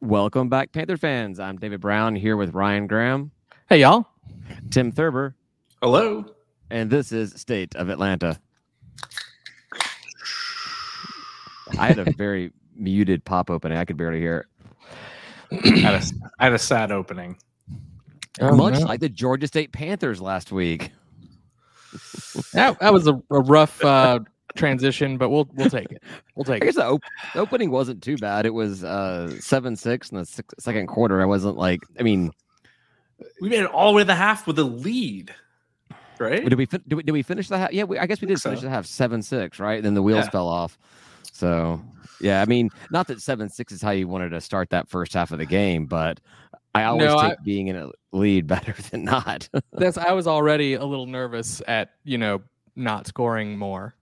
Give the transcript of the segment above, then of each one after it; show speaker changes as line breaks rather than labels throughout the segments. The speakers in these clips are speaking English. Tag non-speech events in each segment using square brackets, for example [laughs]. Welcome back, Panther fans. I'm David Brown here with Ryan Graham,
Hey, y'all.
Tim Thurber,
Hello.
and this is State of Atlanta. I had
[laughs]
a very muted pop opening. I could barely hear
I, had a, I had a sad opening.
it.
Oh,
Much like the Georgia State Panthers last week.
that, that was a, a rough uh, transition, but we'll we'll take it. We'll
I
take it.
guess the, op- the opening wasn't too bad. It was uh, 7 6 in the six- second quarter. I wasn't like, I mean,
We made it all the way to the half with a lead, right?
did we, fin- did we, did we finish the half? Yeah, we, I guess we
Think
did finish
so.
the half 7 6, right? then the wheels
Yeah.
fell off. So, yeah, I mean, not that 7 6 is how you wanted to start that first half of the game, but I always
No, I-
take being in a lead [laughs] better than not.
That's I was already a little nervous at you know not scoring more.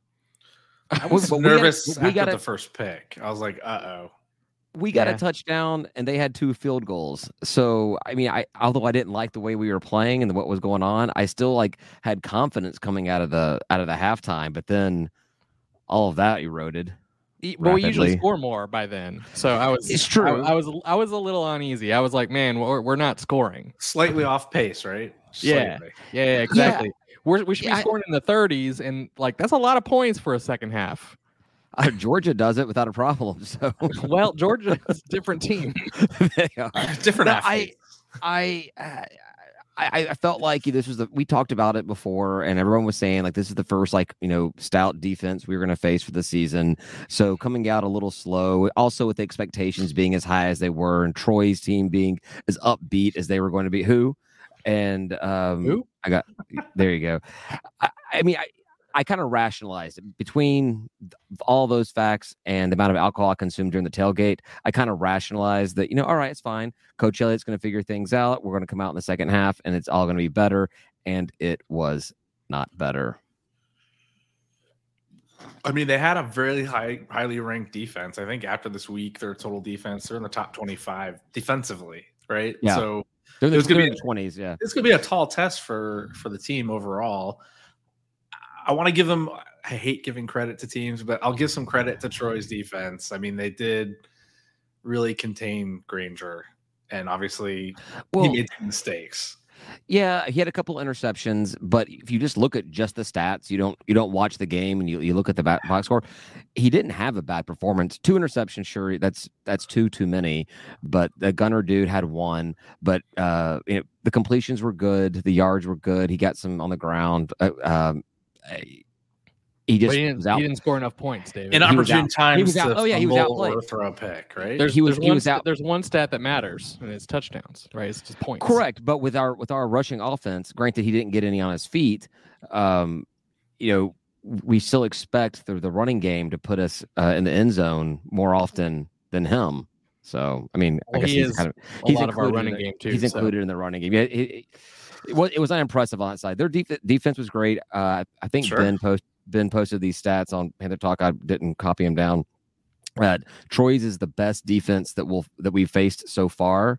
I was
But we gotta-
nervous
we
after
gotta-
the first pick. I was like, uh oh.
we got a
Yeah.
touchdown and they had two field goals. So I mean, I although I didn't like the way we were playing and what was going on, I still like had confidence coming out of the out of the halftime. But then all of that eroded.
E- But we usually
Rapidly.
score more by then, so I was.
It's
I,
true.
I was I was a little uneasy. I was like, man, we're, we're not scoring.
Slightly off pace, right?
Yeah.
Slightly. [laughs]
Yeah, yeah, exactly. We're, we should
Yeah, I-
be scoring in the 30s, and like that's a lot of points for a
[laughs]
second half.
Uh, Georgia does it without a problem. [laughs] So
Well, Georgia's a different team.
they are.
Different
No,
athlete.
I, uh, I I felt like this was the we talked about it before, and everyone was saying like this is the first like you know stout defense we were going to face for the season. So coming out a little slow, also with the expectations being as high as they were, and Troy's team being as upbeat as they were going to be. Who and um,
Who?
I got there. You go. I, I mean, I I kind of rationalized it. between th- all those facts and the amount of alcohol I consumed during the tailgate. I kind of rationalized that you know, all right, it's fine. Coach Elliott's going to figure things out. We're going to come out in the second half, and it's all going to be better. And it was not better.
I mean, they had a very high, highly ranked defense. I think after this week, their total defense, they're in the top 25 defensively, right?
Yeah.
So
They're,
It was gonna
they're
be-
in the twenties, yeah.
it's gonna be a tall test for for the team overall. I want to give them. I hate giving credit to teams, but I'll give some credit to Troy's defense. I mean, they did really contain Granger, and obviously
Well,
he made some mistakes.
yeah, he had a couple interceptions, but if you just look at just the stats, you don't you don't watch the game and you, you look at the ba- box score. He didn't have a bad performance. Two interceptions, sure, that's that's two too many. But the Gunner dude had one. But uh, you know, the completions were good, the yards were good. He got some on the ground. Uh, um, he
But
just
he didn't,
was out.
he didn't score enough points, David.
In
was
opportune
out-
times,
he was out-
to
oh, yeah, he was
fumble or
outplayed.
throw a pick, right?
There's,
He was-
there's
he
one
was
st-
out-
There's one stat that matters, and it's touchdowns, right? It's just points.
Correct, but with our with our rushing offense, granted he didn't get any on his feet, um, you know, we still expect through the running game to put us uh, in the end zone more often than him. So, I mean, I
Well,
guess
he
he's
is
kind of
A
he's
lot of our
included in
running
the-
game too.
he's
so-
included in the running game. Yeah, it, it, it was it was unimpressive on that side. Their def- defense was great. Uh, I think
Sure.
Ben post Ben posted these stats on Panther Talk. I didn't copy him down. Uh, Troy's is the best defense that will that we've faced so far,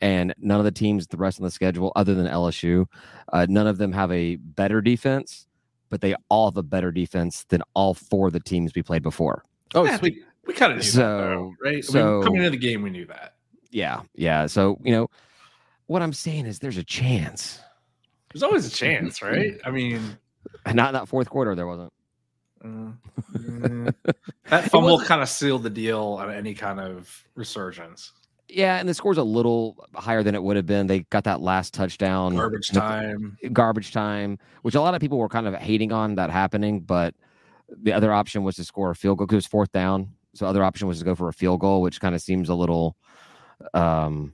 and none of the teams the rest on the schedule other than LSU, uh, none of them have a better defense, but they all have a better defense than all four of the teams we played before.
Oh,
Yeah,
sweet.
we, we kind of knew
So-
that, though, right? I mean,
so-
coming into the game, we knew that.
Yeah, yeah. So you know, what I'm saying is there's a chance.
There's always a chance,
[laughs]
right? I mean,
Not in that fourth quarter, there wasn't. [laughs]
uh, yeah. mm. that fumble kind of sealed the deal on any kind of resurgence.
Yeah, and the score's a little higher than it would have been. They got that last touchdown,
Garbage
in the-
time.
garbage time, which a lot of people were kind of hating on that happening. But the other option was to score a field goal 'cause it was fourth down. So other option was to go for a field goal, which kind of seems a little. Um,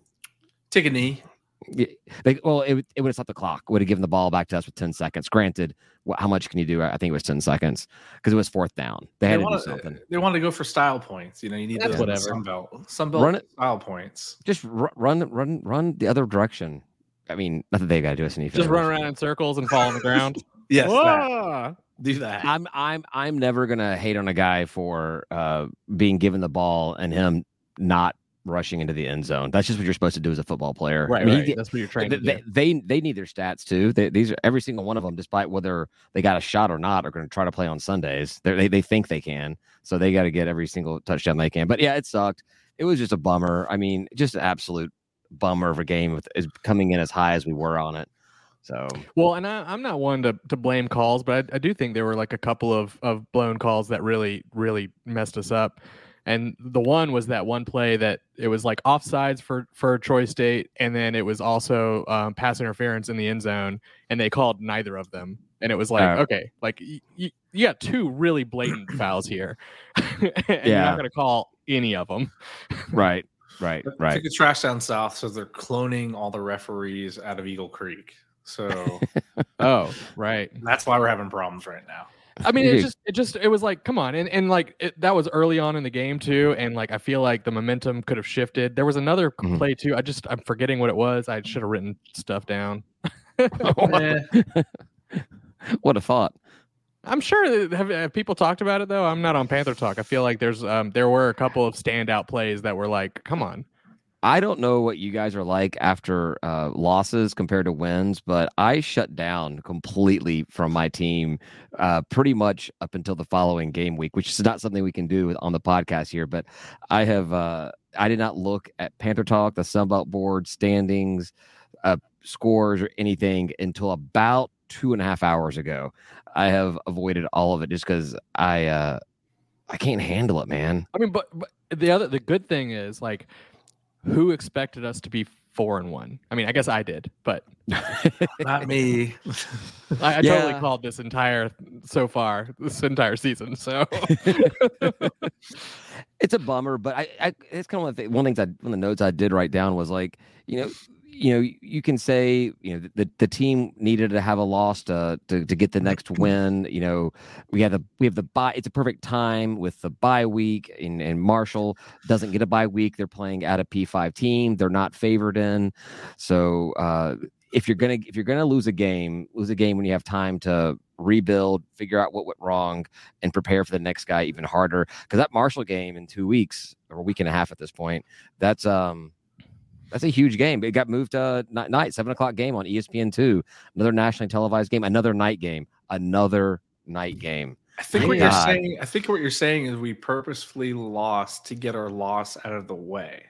Take a knee.
y- they, well, it, would- it would have stopped the clock. Would have given the ball back to us with ten seconds. Granted, wh- how much can you do? I think it was ten seconds because it was fourth down. They
They
had to
wanna-
do something.
They want to go for style points. You know, you need
That's
those
whatever.
Sunbelt. Sunbelt
Run it-
style points.
Just r- run, run, run the other direction. I mean, not that they got to do us anything.
Just run around in circles and fall on the ground.
Yes. that.
Whoa!
Do that.
I'm I'm I'm never gonna hate on a guy for uh, being given the ball and him not rushing into the end zone. That's just what you're supposed to do as a football player. I
[laughs] Right,
mean,
right.
he-
That's what you're trained
they,
to do.
they, they they need their stats too. They, these are every single one of them, despite whether they got a shot or not, are going to try to play on Sundays. They're, they they think they can, so they got to get every single touchdown they can. But yeah, it sucked. it was just a bummer. I mean, just an absolute bummer of a game with, is coming in as high as we were on it. So
Well, and I, I'm not one to, to blame calls, but I, I do think there were like a couple of, of blown calls that really, really messed us up. And the one was that one play that it was like offsides for, for Troy State, and then it was also um, pass interference in the end zone, and they called neither of them. And it was like,
Uh,
okay, like y- y- you got two really blatant fouls here, [laughs] and you're
Yeah.
not going to call any of them.
right, right,
Took the trash down south, so they're cloning all the referees out of Eagle Creek.
[laughs]
So
Oh, right.
that's why we're having problems right now.
I mean,
Dude.
it just, it just, it was like, come on, and and like it, that was early on in the game too, and like I feel like the momentum could have shifted. There was another
Mhm.
play too. I just I'm forgetting what it was. I should have written stuff down.
Eh,
[laughs] What a thought.
I'm sure that- have, have people talked about it though. I'm not on Panther Talk. I feel like there's um there were a couple of standout plays that were like, come on.
I don't know what you guys are like after uh, losses compared to wins, but I shut down completely from my team uh, pretty much up until the following game week, which is not something we can do on the podcast here. But I have uh, I did not look at Panther Talk, the Sunbelt Board standings, uh, scores, or anything until about two and a half hours ago. I have avoided all of it just because I uh, I can't handle it, man.
I mean, but, but the other the good thing is like, who expected us to be four and one? I mean, I guess I did, but
not me.
I, I
Yeah.
totally called this entire so far this entire season. So. [laughs]
it's a bummer, but I, I it's kind of one of the, one of the things I one of the notes I did write down was like, you know, you know, you can say, you know, the the team needed to have a loss to to, to get the next win. You know, we have the we have the bye. It's a perfect time with the bye week, and and Marshall doesn't get a bye week. They're playing at a P five team. They're not favored in, so. uh if you're gonna if you're gonna lose a game, lose a game when you have time to rebuild, figure out what went wrong, and prepare for the next guy even harder. Because that Marshall game in two weeks or a week and a half at this point, that's um that's a huge game. It got moved uh ni- night seven o'clock game on E ESPN two. Another nationally televised game. Another night game. Another night game.
I think what you're
God.
saying. I think what you're saying is we purposefully lost to get our loss out of the way.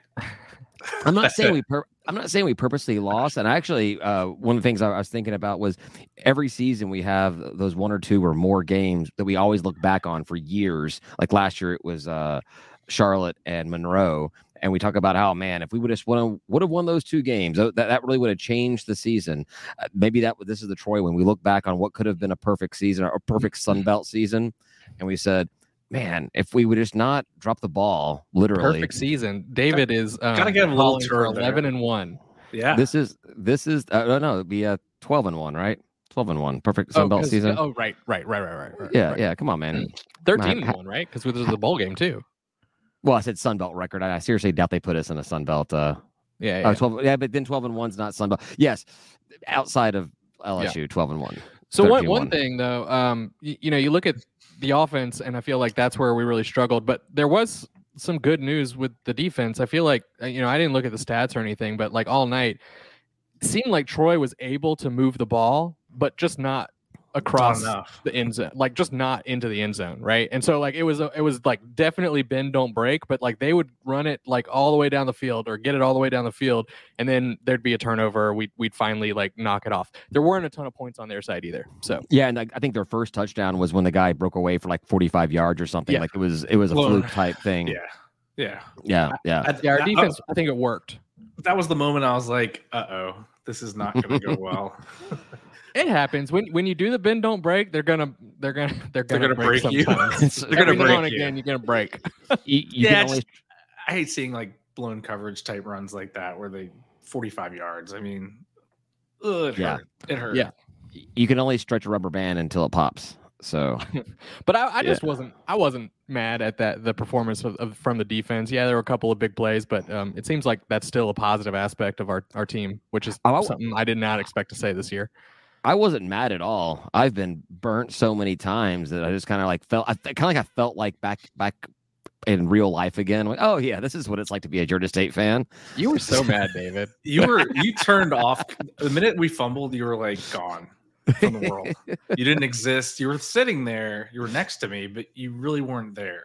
I'm not saying we. Pur- I'm not saying we purposely lost. And actually, uh, one of the things I, I was thinking about was every season we have those one or two or more games that we always look back on for years. Like last year, it was uh, Charlotte and Monroe, and we talk about how man, if we would have won, would have won those two games, tho- that that really would have changed the season. Uh, maybe that this is the Troy when we look back on what could have been a perfect season or a perfect Sun Belt season, and we said. Man, if we would just not drop the ball, literally,
perfect season. David is um,
gotta get him a little
calling for
turn there.
eleven and one.
Yeah,
This is this is uh, no no it'd be a twelve and one right twelve and one perfect Sun
oh,
Belt
'cause-
season
Oh, right, right, right, right, right. right,
yeah
right.
yeah come on man
thirteen
Ha-
and one, right? Because there's a bowl game too.
well I said Sun Belt record I, I seriously doubt they put us in a Sun Belt uh
Yeah,
yeah.
yeah.
12 yeah but then twelve and one's not Sun Belt yes outside of LSU twelve and one
So one,
13-1.
one thing though, um, you, you know, you look at the offense, and I feel like that's where we really struggled. But there was some good news with the defense. I feel like uh, you know I didn't look at the stats or anything, but like all night, it seemed like Troy was able to move the ball, but just not
Not
across
enough.
the end zone, like just not into the end zone, right? And so like it was a, it was like definitely bend don't break, but like they would run it like all the way down the field or get it all the way down the field, and then there'd be a turnover. We'd we'd finally like knock it off. There weren't a ton of points on their side either. So
yeah and I, I think their first touchdown was when the guy broke away for like forty five yards or something
Yeah.
like it was it was a
Well,
fluke type thing
Yeah, yeah.
yeah yeah
I-
yeah, our
I-
defense, I think it worked.
that was the moment I was like, "Uh oh, this is not going to
[laughs]
go well."
It happens when when you do the bend don't break. They're gonna they're gonna [laughs] they're
They're
gonna,
gonna break you.
sometimes.
It's-
[laughs] They're gonna
Every now
break
and
you.
again. You're gonna break.
you, you
Yeah,
can only,
I hate seeing like blown coverage type runs like that where they 45 yards. I mean, ugh, it
Yeah.
hurt. It hurt.
Yeah.
you can only stretch a rubber band until it pops so
But I, I just wasn't I wasn't mad at that the performance of, of from the defense. Yeah, there were a couple of big plays, but um, it seems like that's still a positive aspect of our, our team, which is
Oh, I-
something I did not expect to say this year.
I wasn't mad at all. I've been burnt so many times that I just kind of like felt, I kind of like I felt like back back in real life again. Like, oh yeah, this is what it's like to be a Georgia State fan.
You were so mad, David.
You were, you turned off the minute we fumbled, you were like gone from the world. you didn't exist. You were sitting there, you were next to me, but you really weren't there.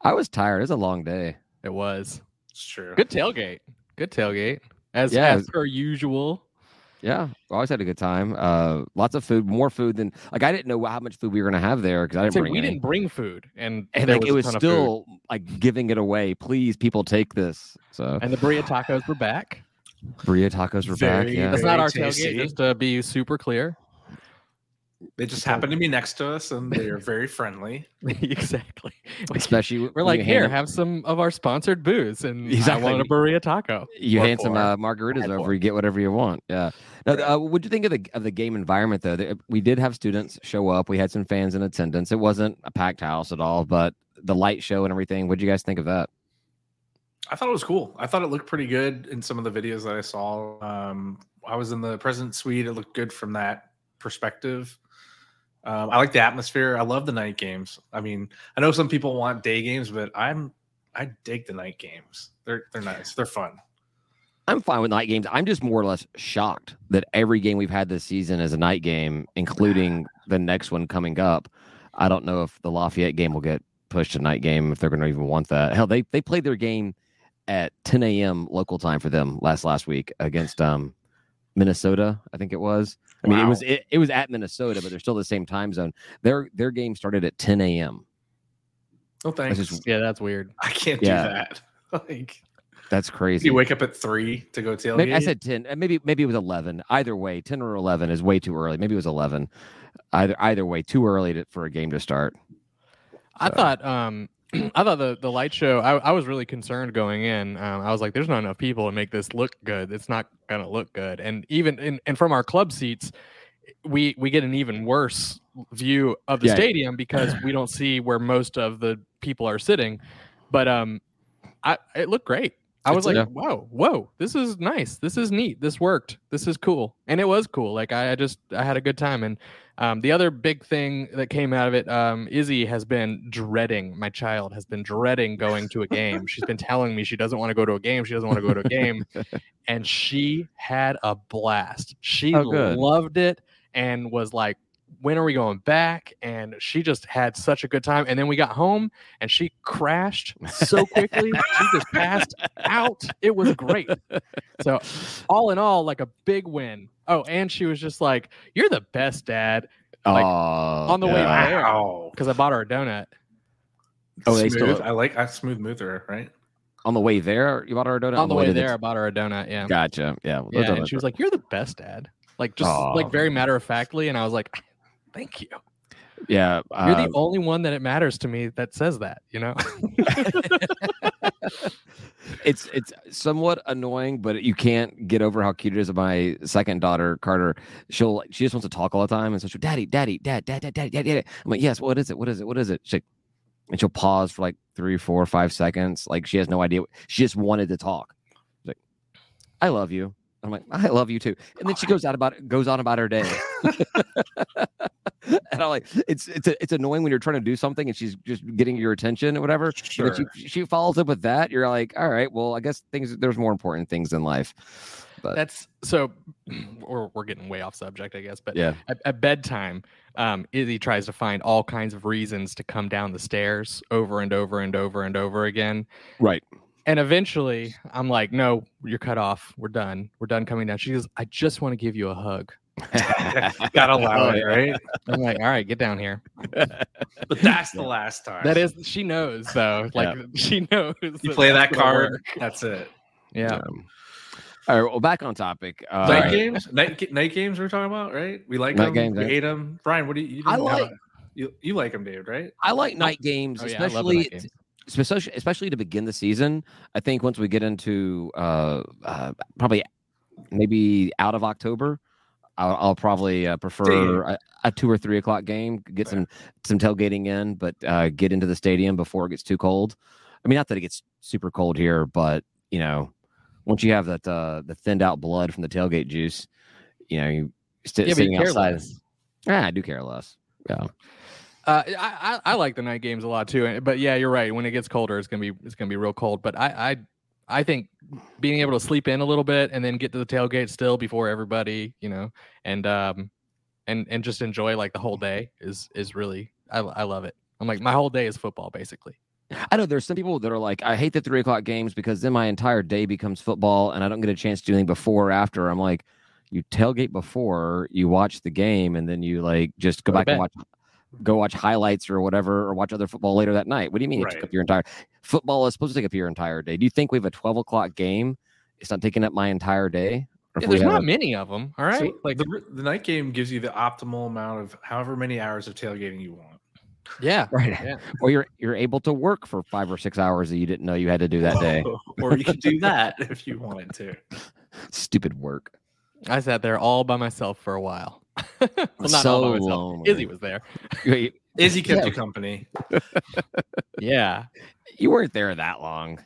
I was tired. It was a long day.
[laughs] It was
It's true.
good tailgate. Good tailgate. As,
Yeah.
as per usual.
Yeah, we always had a good time. Uh, lots of food, more food than like I didn't know how much food we were gonna have there because I didn't
Say,
bring
we
any.
didn't bring food, and,
and
there
like it was
a ton of food.
still like giving it away. Please, people, take this.
[laughs]
So
And the burrito tacos were back.
burrito tacos were back.
Very
Yeah,
That's not
Very
our
tasty.
tailgate. Just to be super clear. [laughs]
They just happened to be next to us, and they are very friendly.
exactly. We-
especially
We're like, here, have some of our sponsored booze, and
Exactly.
I wanted a burrito taco.
you
Or
hand some
four.
uh, margaritas
Or
over,
four.
you get whatever you want. Yeah. Now, uh, what'd you think of the of the game environment though? That- We did have students show up. We had some fans in attendance. It wasn't a packed house at all, but the light show and everything. What'd you guys think of that?
I thought it was cool. I thought it looked pretty good in some of the videos that I saw. Um, I was in the president suite. It looked good from that perspective. Um, I like the atmosphere. I love the night games. I mean, I know some people want day games, but I'm I dig the night games. They're they're nice. They're fun.
I'm fine with night games. I'm just more or less shocked that every game we've had this season is a night game, including the next one coming up. I don't know if the Lafayette game will get pushed to night game if they're going to even want that. Hell, they they played their game at 10 a.m. local time for them last last week against um Minnesota, I think it was. I mean, it
Wow.
was it, it was at Minnesota, but they're still the same time zone. Their their game started at 10 a.m.
No thanks.
just-
Yeah, that's weird.
[laughs] I can't
Yeah.
do that. [laughs] Like
That's crazy.
you wake up at three to go tailgate.
Maybe, I said ten. uh, Maybe maybe it was eleven. Either way, ten or eleven is way too early. Maybe it was eleven. Either either way, too early to, for a game to start.
I
So-
thought, um, [clears throat] I thought the the light show. I, I was really concerned going in. Um, I was like, there's not enough people to make this look good. It's not gonna look good. And even in, and from our club seats, we we get an even worse view of the
Yeah.
stadium because we don't see where most of the people are sitting. But um, I it looked great. I was
It's-
like, whoa, whoa, this is nice. This is neat. This worked. This is cool. And it was cool. Like I, I just I had a good time. And um, the other big thing that came out of it, um, Izzy has been dreading. My child has been dreading going to a game. She's been telling me she doesn't want to go to a game. She doesn't want to go to
[laughs]
a game, and she had a blast. She
Oh, good.
loved it and was like, "When are we going back?" And she just had such a good time. And then we got home, and she crashed so quickly. she just passed out. It was great. So, all in all, like a big win. Oh, and she was just like, "You're the best, Dad," Like,
on
on the way back.
Wow.
because I bought her a donut.
Oh, they
smooth.
still-
I like I smooth moother, right?
on the way there, you bought our donut.
on the way
to
there, I bought her a donut. Yeah,
Gotcha. Yeah. well, those
yeah. And
donuts
she was
are-
like, "You're the best, Dad." Like just
Aw.
like very matter of factly, and I was like, [laughs] "Thank you.
yeah.
You're
uh,
the only one that it matters to me that says that." You know.
it's it's somewhat annoying, but you can't get over how cute it is. that My second daughter, Carter, she'll she just wants to talk all the time, and so she'll daddy, daddy, dad, dad, dad, daddy, daddy. daddy." I'm like, yes, what is it? What is it? What is it? She's like, and she'll pause for like three, four, five seconds, like she has no idea. what- She just wanted to talk. She's like, I love you. I'm like, I love you too. And then she goes out about goes on about her day. [laughs] and I'm like, it's it's it's annoying when you're trying to do something and she's just getting your attention or whatever. And
Sure. [laughs]
if she, she follows up with that, you're like, all right, well, I guess things there's more important things in life. But
That's so. [clears throat] We're, we're getting way off subject, I guess. But
yeah,
at, at bedtime, um, Izzy tries to find all kinds of reasons to come down the stairs over and over and over and over again.
[laughs] right.
And eventually, I'm like, "No, you're cut off. We're done. We're done coming down." She goes, "I just want to give you a hug."
Gotta allow
Oh,
it, right?
I'm like, "All right, get down here."
But that's the last time.
That is, she knows though. Like [laughs] she knows. Oh,
You play that
that's gonna
card.
work.
That's it.
Yeah.
Um, all right. Well, back on topic. Uh,
night
right.
games, night ga- night games. We're talking about, right? We like
Night
them.
games,
we
eh?
hate them. Brian, what do you? you
I
didn't have
like-
a- you. You like them, David, right?
I like night games,
Oh, yeah, I love
especially
the night games.
especially especially to begin the season. I think once we get into uh, uh, probably maybe out of October, I'll, I'll probably uh, prefer a, a two or three o'clock game. Get some some tailgating in, but uh, get into the stadium before it gets too cold. I mean, not that it gets super cold here, but you know, once you have that uh, the thinned out blood from the tailgate juice, you know, you sti-
Yeah, but you
sitting
care
outside.
less.
Ah, I do care less. Yeah.
Uh, I, I I like the night games a lot too, and- but yeah, you're right. When it gets colder, it's gonna be it's gonna be real cold. But I I I think being able to sleep in a little bit and then get to the tailgate still before everybody, you know, and um and and just enjoy like the whole day is is really I I love it. I'm like my whole day is football basically.
I know there's some people that are like, I hate the three o'clock games because then my entire day becomes football and I don't get a chance to do anything before or after. I'm like, you tailgate before you watch the game and then you like just go
Go to
back and
bed.
watch go watch highlights or whatever or watch other football later that night. What do you mean it took
Right.
up your entire football is supposed to take up your entire day? Do you think we have a twelve o'clock game? It's not taking up my entire day. Or if
Yeah,
we
there's
have
not
a-
many of them. All
So
right, like
the, the night game gives you the optimal amount of however many hours of tailgating you want.
yeah,
right.
Yeah.
Or you're you're able to work for five or six hours that you didn't know you had to do that
[laughs]
day.
[laughs] or you can do that [laughs] if you wanted to.
Stupid work.
I sat there all by myself for a while. [laughs] well, not all
So
by myself.
lonely.
Izzy was there.
You-
Izzy kept
Yeah.
you company.
Yeah,
You weren't there that long.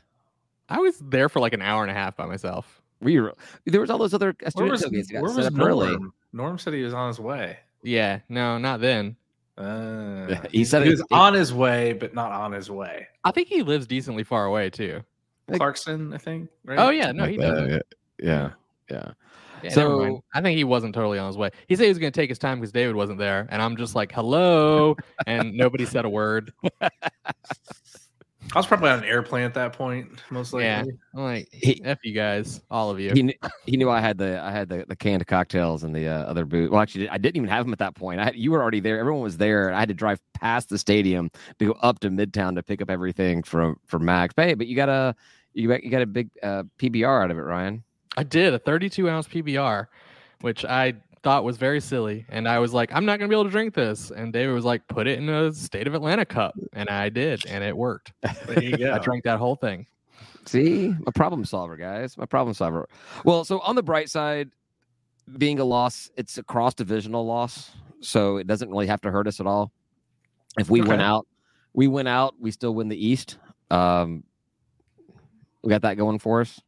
I was there for like an hour and a half by myself.
We were, there was all those other
Where
student
was,
tailgates that got
where
set
was
up
Norm?
early.
Norm said he was on his way.
Yeah, no, not then.
Uh,
He said
he
it-
was on his way, but not on his way.
I think he lives decently far away too.
Like-
Clarkson, I think. Right?
Oh yeah, no, he does.
yeah, Uh, yeah,
Yeah,
So-
never mind. I think he wasn't totally on his way. He said he was going to take his time because David wasn't there, and I'm just like, "Hello," and nobody said a word.
I was probably on an airplane at that point, most likely.
Yeah. I'm like,
He-
"F you guys, all of you."
He knew, he knew I had the I had the, the canned cocktails and the uh, other booth. Well, actually, I didn't even have them at that point. I had, you were already there. Everyone was there. And I had to drive past the stadium to go up to Midtown to pick up everything from from Max. Hey, but you got a you got, you got a big uh, PBR out of it, Ryan.
I did a 32 ounce PBR, which I thought was very silly, and I was like, "I'm not going to be able to drink this." And David was like, "Put it in a State of Atlanta cup," and I did, and it worked.
[laughs]
There you go.
I drank that whole thing.
See, a problem solver, guys. My problem solver. Well, so on the bright side, being a loss, it's a cross divisional loss, so it doesn't really have to hurt us at all. If we win
Okay.
out, we win out, we still win the East. Um, we got that going for us.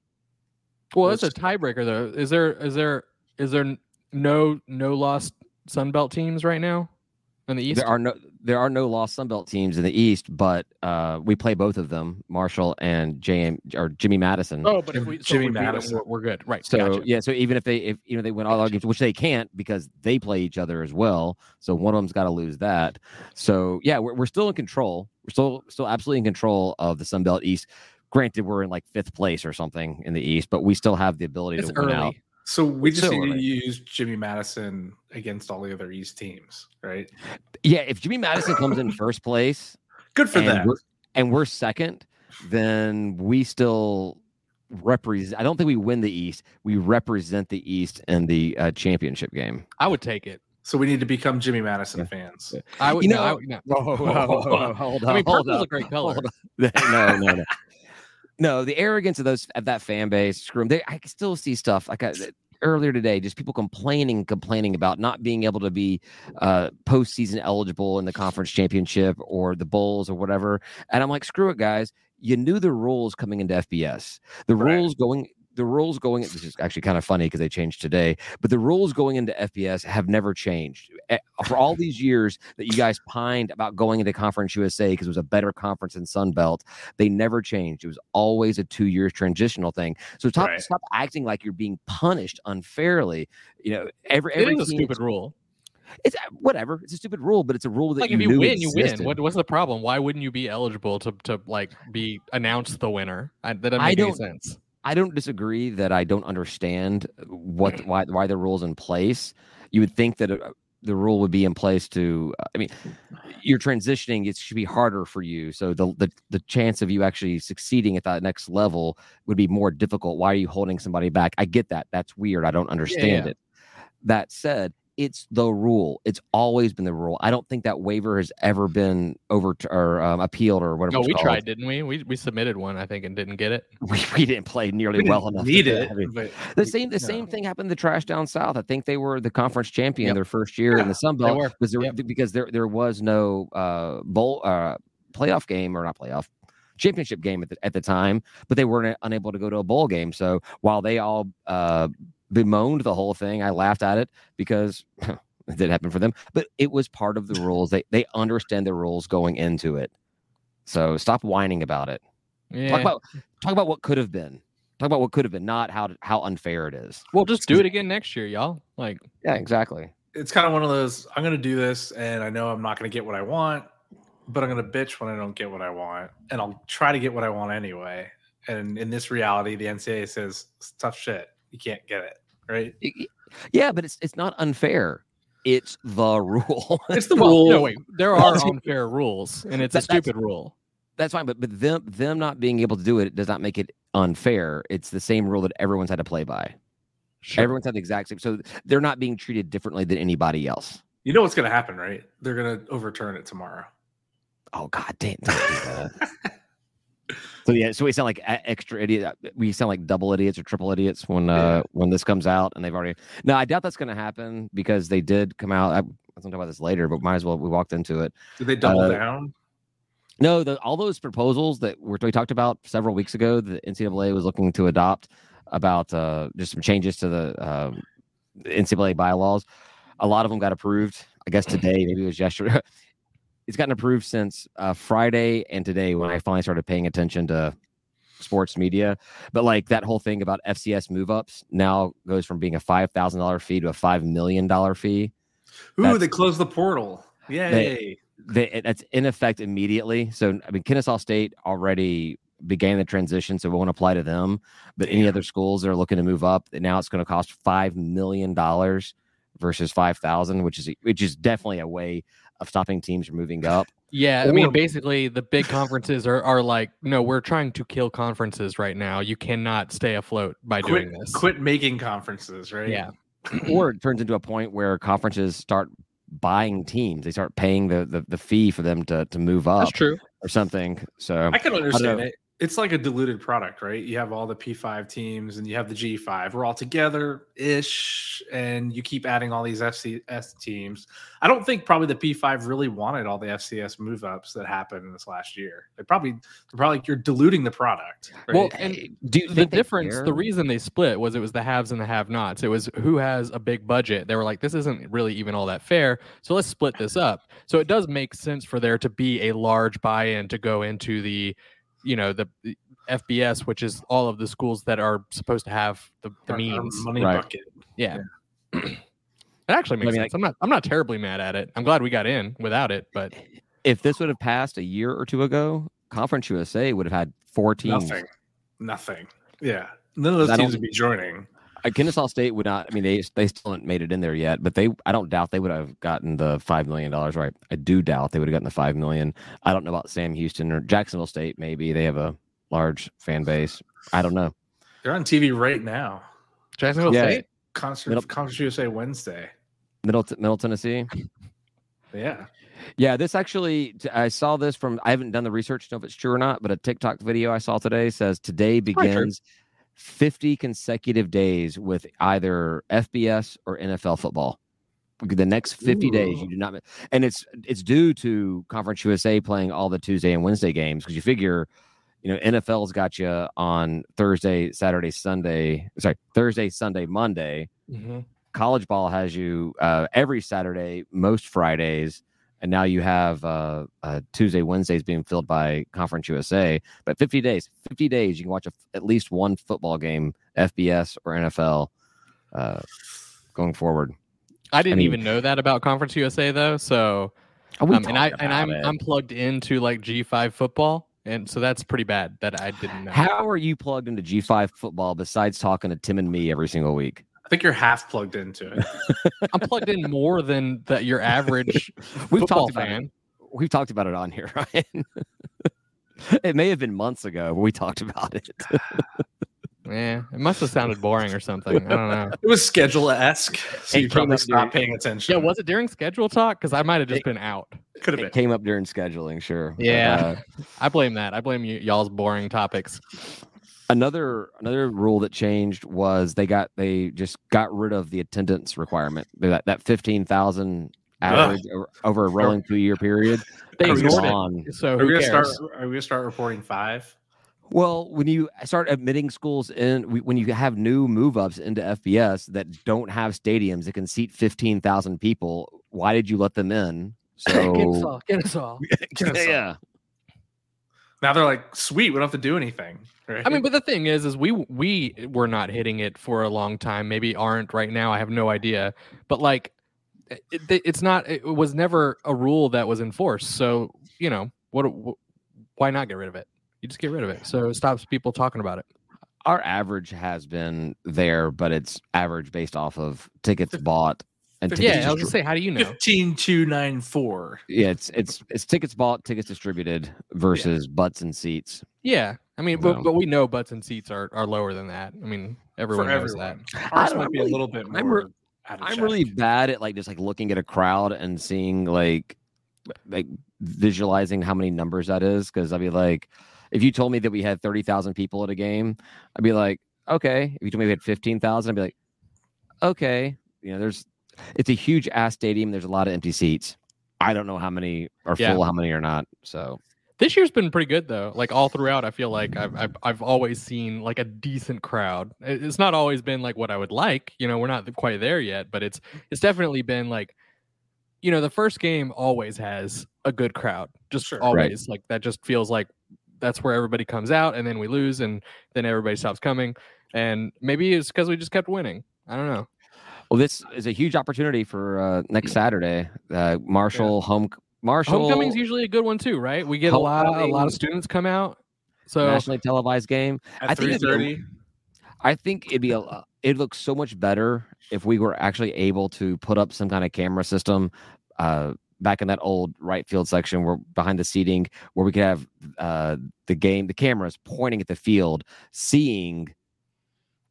Well, it's a
Which-
tiebreaker though. Is there is there is there n- no no lost Sunbelt teams right now in the East?
There are no there are no lost Sunbelt teams in the East, but uh, we play both of them, Marshall and JM or Jimmy Madison.
Oh, but if
Jim-
we, so
Jimmy
if we beat 'em,
Madison.
we're, we're good, right?
So
gotcha.
yeah, so even if they if you know they win all our games, which they can't because they play each other as well. So one of them's got to lose that. So yeah, we're, we're still in control. We're still still absolutely in control of the Sun Belt East. Granted, we're in like fifth place or something in the East, but we still have the ability
it's
to win out.
early.
So we just
So
need
early.
to use Jimmy Madison against all the other East teams, right?
Yeah, if Jimmy Madison comes
[laughs]
in first place
Good for
and
them.
we're, and we're second, then we still represent. I don't think we win the East. We represent the East in the uh, championship game.
I would take it.
So we need to become Jimmy Madison
Yeah.
fans.
I would.
You
no,
know-
I, would-
[laughs]
no.
hold
Oh, I mean,
hold
purple's a great color.
Hold [laughs] no, no, no. No, the arrogance of those of that fan base. Screw 'em. They, I can still see stuff like I, earlier today, just people complaining, complaining about not being able to be uh, postseason eligible in the conference championship or the bowls or whatever. And I'm like, screw it, guys. You knew the rules coming into FBS. The
Right.
rules going. The rules going. This is actually kind of funny because they changed today. But the rules going into FBS have never changed. Eh, For all these years that you guys pined about going into Conference USA because it was a better conference than Sun Belt, they never changed. It was always a two-year transitional thing. So stop,
Right.
stop acting like you're being punished unfairly. You know, every
It
every
is a
team-
stupid rule.
It's whatever. It's a stupid rule, but it's a rule that
Like
you
if you
knew
win, you win.
existed.
What, what's the problem? Why wouldn't you be eligible to to like be announced the winner? I, that doesn't
I
make any
don't-
sense.
I don't disagree that I don't understand what why why the rules in place. You would think that uh, the rule would be in place to. uh, I mean, you're transitioning; it should be harder for you. So the the the chance of you actually succeeding at that next level would be more difficult. Why are you holding somebody back? I get that. That's weird. I don't understand it. That said, it's the rule. It's always been the rule. I don't think that waiver has ever been over or um, appealed or whatever.
No,
it's
we
called.
tried, didn't we? We we submitted one, I think, and didn't get it.
[laughs] We, we didn't play nearly
We didn't
well enough. to
Need
do
it.
I mean,
but
the
we-
same the
no.
same thing happened to Trash Down South. I think they were the conference champion
Yep.
their first year in
Yeah,
the Sun
they
Belt
were.
because there because there there was no uh bowl uh playoff game or not playoff championship game at the, at the time, but they weren't unable to go to a bowl game. So while they all uh bemoaned the whole thing, I laughed at it because [laughs] it did happen for them, but it was part of
[laughs]
the rules. They they understand the rules going into it. So stop whining about it.
Yeah.
Talk about talk about what could have been. Talk about what could have been, not how how unfair it is.
well, just do it again next year, y'all. Like,
Yeah, exactly.
It's kind of one of those. I'm going to do this, and I know I'm not going to get what I want, but I'm gonna bitch when I don't get what I want, and I'll try to get what I want anyway. And in this reality, the NCAA says it's tough shit. You can't get it, right?
Yeah, but it's it's not unfair. It's the [laughs] rule.
It's the
Well,
rule.
no, wait. There are
[laughs] Well,
unfair rules, and it's a
that- that's-
stupid rule.
That's fine, but but them them not being able to do it does not make it unfair. It's the same rule that everyone's had to play by.
Sure.
Everyone's had the exact same. So they're not being treated differently than anybody else.
You know what's gonna happen, right? They're gonna overturn it tomorrow.
Oh God, damn! don't do that. [laughs] so yeah, so we sound like e- extra idiot. We sound like double idiots or triple idiots when uh when this comes out, and they've already. No, I doubt that's going to happen because they did come out. I, I was going to talk about this later, but might as well. We walked into it.
Did they double
Uh,
down?
No, the, all those proposals that were, we talked about several weeks ago, the NCAA was looking to adopt about uh, just some changes to the um, NCAA bylaws. A lot of them got approved. I guess today, maybe it was yesterday. [laughs] It's gotten approved since uh, Friday and today when I finally started paying attention to sports media. But like that whole thing about FCS move ups now goes from being a five thousand dollar fee to a five million dollar fee.
Ooh,
that's-
they closed the portal. Yay!
they, that's in effect immediately. So I mean, Kennesaw State already began the transition, so it won't apply to them. But any other schools that are looking to move up, and now it's going to cost five million dollars versus five thousand, which is which is definitely a way of stopping teams from moving up.
[clears throat] Yeah, I mean,
Or-
basically, the big conferences are, are like, no, we're trying to kill conferences right now. You cannot stay afloat by
quit,
doing this.
quit making conferences, right?
Yeah.
or it turns into a point where conferences start buying teams; they start paying the the, the fee for them to to move up
true.
or something. So
I can understand
know.
it. It's like a diluted product, right? You have all the P5 teams and you have the G5. We're all together ish, and you keep adding all these FCS teams. I don't think probably the P5 really wanted all the FCS move ups that happened in this last year. They probably, they're probably you're diluting the product. Right?
Well,
Hey,
and
do you
the
think they
difference,
care?
the reason they split was it was the haves and the have-nots. It was who has a big budget. They were like, this isn't really even all that fair. So let's split this up. So it does make sense for there to be a large buy-in to go into the, you know, the the FBS, which is all of the schools that are supposed to have the, the
Our- our
means.
money
Right.
bucket.
Yeah. It actually
I
makes
mean, I-
sense. I'm not I'm not terribly mad at it. I'm glad we got in without it,
[laughs]
but
if this would have passed a year or two ago, Conference USA would have had four teams.
Nothing. Nothing. Yeah. None of those
I don't-
teams would be joining.
Uh, Kennesaw State would not. I mean, they they still haven't made it in there yet, but they. I don't doubt they would have gotten the five million dollars right. I do doubt they would have gotten the five million. I don't know about Sam Houston or Jacksonville State. Maybe they have a large fan base. I don't know.
They're on TV right now.
Jacksonville
Yeah.
State.
Concert,
Middle-
Conference USA Wednesday.
Middle Middle Tennessee.
Yeah.
Yeah, this actually, t- I saw this from, I haven't done the research to know if it's true or not, but a TikTok video I saw today says today
probably true.
begins 50 consecutive days with either FBS or NFL football. The next 50 days, you
Ooh.
do not, mi- and it's it's due to Conference USA playing all the Tuesday and Wednesday games because you figure, you know, NFL's got you on Thursday, Saturday, Sunday, sorry, Thursday, Sunday, Monday
Mhm.
college ball has you uh, every Saturday, most Fridays, and now you have uh, uh, Tuesday, Wednesdays being filled by Conference USA. But 50 days, 50 days, you can watch a, at least one football game, FBS or NFL, uh, going forward.
I didn't
mean-
even know that about Conference USA though. So
We
um, and I
talked
and
about
I'm
it.
I'm plugged into like G5 football, and so that's pretty bad that I didn't know.
How are you plugged into G5 football besides talking to Tim and me every single week?
I think you're half plugged into it.
I'm plugged in more than that your [laughs] average
We've
football
talked about it.
fan.
We've talked about it on here, [laughs] Ryan. it may have been months ago, but we talked about it.
Yeah, it must have sounded boring or something. I don't know.
[laughs] It was schedule esque, so
It
you
came
probably
up
stopped
during-
paying attention.
[laughs] Yeah, was it during schedule talk? Because I might have just
It-
been out.
could have
It
been?
came up during scheduling, sure. but,
Yeah.
uh,
I blame that. I blame you, y'all's boring topics.
another another rule that changed was they got they just got rid of the attendance requirement that that 15,000 average over, over a rolling two year period
They
Are
is
we gonna-
ignored it.
gone.
So
Are we
who
gonna
cares?
start? Are we gonna start reporting
[laughs]
five?
Well, when you start admitting schools in we- when you have new move ups into FBS that don't have stadiums that can seat 15,000 people, why did you let them
[laughs]
in?
Oh.
So
get us all.
yeah.
Now they're like, sweet, we don't have to do anything. Right?
I mean, but the thing is, is we we were not hitting it for a long time. Maybe aren't right now. I have no idea. But like, it, it- it's not. It was never a rule that was enforced. So you know, what? wh- why not get rid of it? You just get rid of it, so it stops people talking about it.
Our average has been there, but it's average based off of tickets bought and
Fif-
tickets.
yeah, I was
distri-
gonna say, how do you
[laughs]
know?
15294.
yeah, it's it's it's tickets bought, tickets distributed versus butts and seats.
Yeah, I mean,
No.
but, but we know butts and seats are, are lower than that. I mean, everyone
for
knows
everyone.
I
Ours
don't-
might
I'm
be
really-
a little bit more.
I'm re-
out of
I'm
check.
really bad at like just like looking at a crowd and seeing like like visualizing how many numbers that is because I'd be like, if you told me that we had thirty thousand people at a game, I'd be like, okay. If you told me we had fifteen thousand, I'd be like, okay. You know, there's it's a huge ass stadium. There's a lot of empty seats. I don't know how many are
Yeah.
full, how many are not. So
that. This year's been pretty good though. Like all throughout, I feel like I've I've, I've always seen like a decent crowd. It- It's not always been like what I would like. You know, we're not quite there yet, but it's it's definitely been like, you know, the first game always has a good crowd. Just
Sure. Right.
always like that. Just feels like that's where everybody comes out, and then we lose, and then everybody stops coming. And maybe it's because we just kept winning. I don't know.
well, this is a huge opportunity for uh, next Saturday. Uh, Marshall home Marshall
Homecoming's usually a good one too, right? We get a lot, a lot
Homecoming-
of students come out. So
nationally televised game. I think
at three
it'd be-
thirty.
I think it'd be a. It looks so much better if we were actually able to put up some kind of camera system, uh, back in that old right field section where behind the seating, where we could have uh the game, the cameras pointing at the field, seeing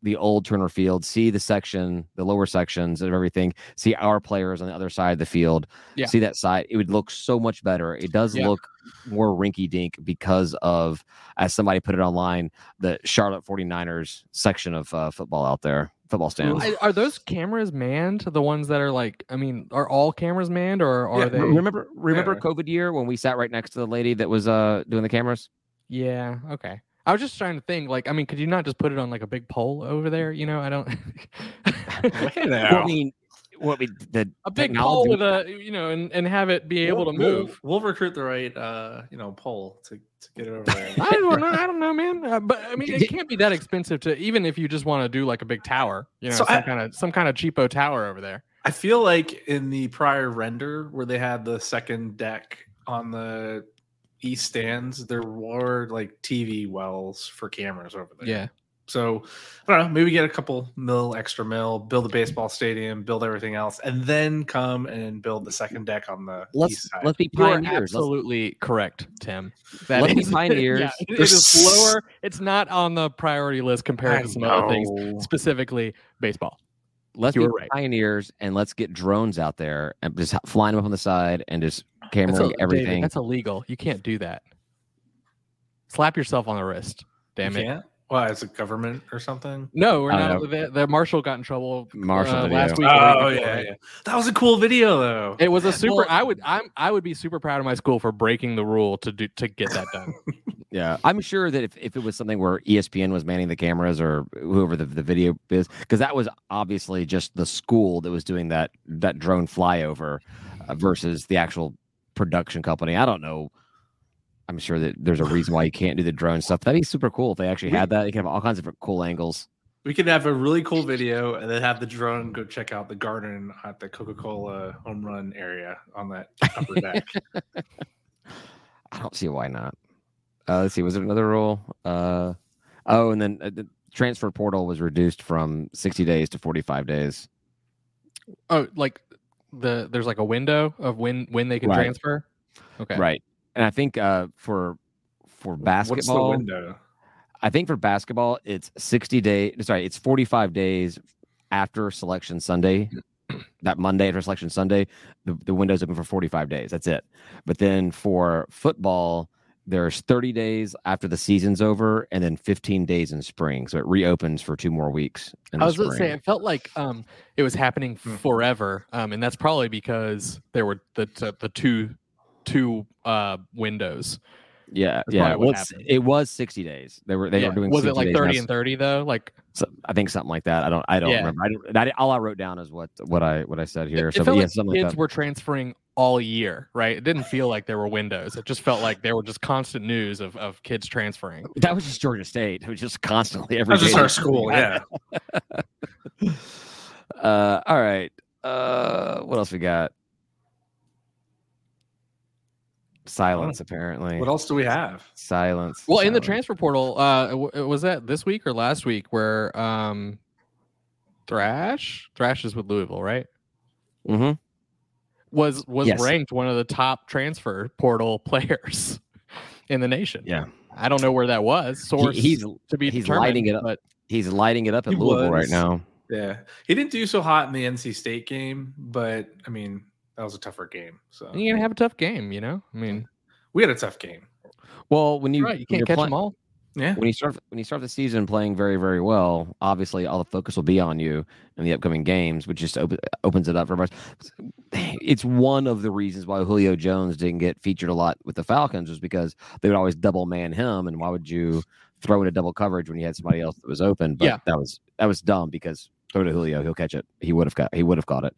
the old Turner Field, see the section, the lower sections of everything, see our players on the other side of the field,
Yeah.
see that side. It would look so much better. It does
Yeah.
look more rinky dink because of, as somebody put it online, the Charlotte 49ers section of uh, football out there, football stands.
I- are those cameras manned? The ones that are like, I mean, are all cameras manned or are
Yeah,
they?
Re- remember, remember
Yeah.
COVID year when we sat right next to the lady that was uh doing the cameras?
Yeah. Okay. I was just trying to think. Like, I mean, could you not just put it on like a big pole over there? You know, I
[laughs]
don't.
Hey
Well,
now.
I mean, what we the
[laughs] a big
Technology.
pole with a, you know, and, and have it be able to
We'll- we'll-
move.
We'll, recruit the right, uh, you know, poll to, to get it
[laughs]
over there.
I don't know. I don't know, man. Uh, but
[laughs]
I mean,
Yeah.
it can't be that expensive to even if you just want to do like a big tower, you know,
So
some
I-
kind of some kind of cheapo tower over there.
I feel like in the prior render where they had the second deck on the east stands, there were like TV wells for cameras over there.
Yeah.
So I don't know. Maybe get a couple mil extra mil, build a baseball stadium, build everything else, and then come and build the second deck on the
let's
east side.
let's be
You are
pioneers. Let's-
absolutely correct, Tim.
[laughs] Let's be
is-
pioneers.
yeah, it- it
[laughs]
There's
is lower. It's not on the priority list compared
I
to some other things,
know.
specifically baseball.
let's
You
be
were right.
pioneers and let's get drones out there and just h- flying them up on the side and just cameraing
David,
everything.
that's illegal. You can't do that. Slap yourself on the wrist. Damn
You
it.
can't? Why? It's a government or something.
No, we're
I don't
not. The, the Marshall got in trouble
Marshall
uh,
video.
last week. or the
Oh
week before,
yeah,
right?
yeah. That was a cool video though.
It was a super.
Well-
I would. I'm. I would be super proud of my school for breaking the rule to do to get that
[laughs]
done.
Yeah, I'm sure that if, if it was something where E ESPN was manning the cameras or whoever the, the video is, because that was obviously just the school that was doing that that drone flyover uh, versus the actual production company. I don't know. I'm sure that there's a reason why you can't do the drone stuff. That'd be super cool if they actually
We-
had that. You can have all kinds of different cool angles.
We could have a really cool video and then have the drone go check out the garden at the Coca Cola home run area on that
[laughs]
upper deck.
I don't see why not. Uh, let's see. Was there another rule? Uh, oh, and then uh, the transfer portal was reduced from 60 days to 45 days.
oh, like the there's like a window of when when they can
Right.
transfer. Okay.
Right. And I think uh, for for
What's the
basketball,
window?
I think for basketball, it's 60 day. Sorry, it's 45 days after selection
[clears throat]
Sunday. That Monday after selection Sunday, the, the window's open for 45 days. That's it. But then for football, there's 30 days after the season's over and then 15 days in spring. So it reopens for two more weeks. In the
I was gonna say
spring.
it felt like um it was happening
Hmm.
forever, um, and that's probably because there were the the, the two two uh windows.
yeah,
that's
yeah.
probably what
Well, it's-
happened.
it was 60 days. They were, they
Yeah.
were doing
was it
60
like
days now.
thirty and thirty though? Like
So, I think something like that. I don't. I don't
Yeah.
remember. I, don't, I all I wrote down is what what I what I said
it,
here.
it
so but
felt
yeah,
like
something
kids
like that.
were transferring all year, right? It didn't feel like there were windows. It just felt like there were just constant news of of kids transferring.
That was just Georgia State. It was just constantly every.
That's just
day. [laughs]
our school. Yeah.
Uh, all right. Uh, what else we got? Silence, apparently.
What else do we have?
Silence.
Well, in the
silence.
transfer portal, uh, w- was that this week or last week where um, Thrash, Thrash is with Louisville, right?
Mhm.
Was was
Yes.
ranked one of the top transfer portal [laughs] players in the nation.
Yeah.
I don't know where that was.
He-
Source
he's
to be
he's
determined,
lighting it up.
But
he's lighting it up at
He
Louisville right
was.
now.
Yeah, he didn't do so hot in the NC State game, but I mean that was a tougher game. So
you're gonna have a tough game, you know. I mean,
we had a tough game.
Well, when you
right? You
when
can't
you're
catch
playing-
them all.
Yeah,
when you start when you start the season playing very very well, obviously all the focus will be on you in the upcoming games, which just op- opens it up for much. It's one of the reasons why Julio Jones didn't get featured a lot with the Falcons was because they would always double man him, and why would you throw in a double coverage when you had somebody else that was open? But
Yeah.
that was that was dumb because throw to Julio, he'll catch it. He would have got he would have caught it.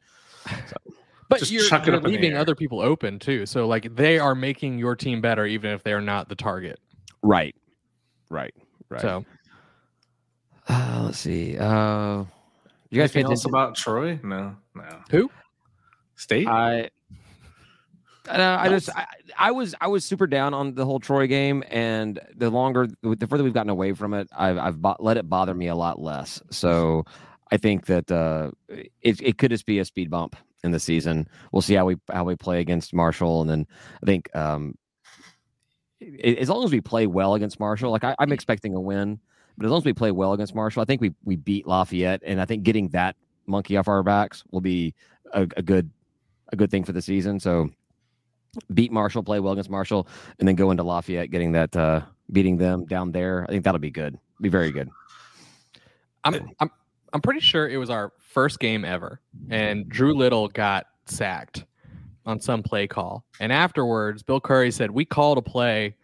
But
Just
you're,
chuck it
you're
up in the
leaving
air.
other people open too. So like they are making your team better, even if they are not the target.
Right, right, right.
So
Uh, let's see. Uh, you guys pay
Anything else
attention?
about Troy? No, no.
Who?
State?
I no, I just I, I was I was super down on the whole Troy game, and the longer the further we've gotten away from it, I've I've bo- let it bother me a lot less. So I think that uh, it it could just be a speed bump in the season. We'll see how we how we play against Marshall, and then I think um, i- as long as we play well against Marshall, like I, I'm expecting a win, but as long as we play well against Marshall, I think we we beat Lafayette, and I think getting that monkey off our backs will be a, a good a good thing for the season. So beat Marshall, play well against Marshall, and then go into Lafayette, getting that uh, beating them down there. I think that'll be good. Be very
[laughs]
good.
I'm I'm I'm pretty sure it was our first game ever, and Drew Little got sacked on some play call, and afterwards, Bill Curry said we called a play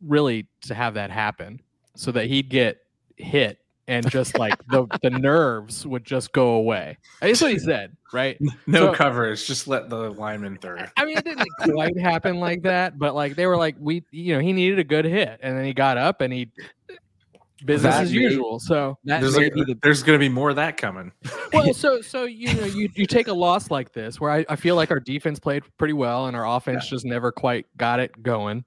really to have that happen, so that he'd get hit and just like the the nerves would just go away. That's what he said, right?
no
so-
coverage. Just let the lineman through.
I mean, it didn't quite happen like that, but like they were like, we, you know, he needed a good hit, and then he got up and he business
That
as
may-
usual. So
That
There's,
may
like-
be the
there's going to be more of that coming.
[laughs]
well, so so you know you, you take a loss like this where I, I feel like our defense played pretty well and our offense just never quite got it going,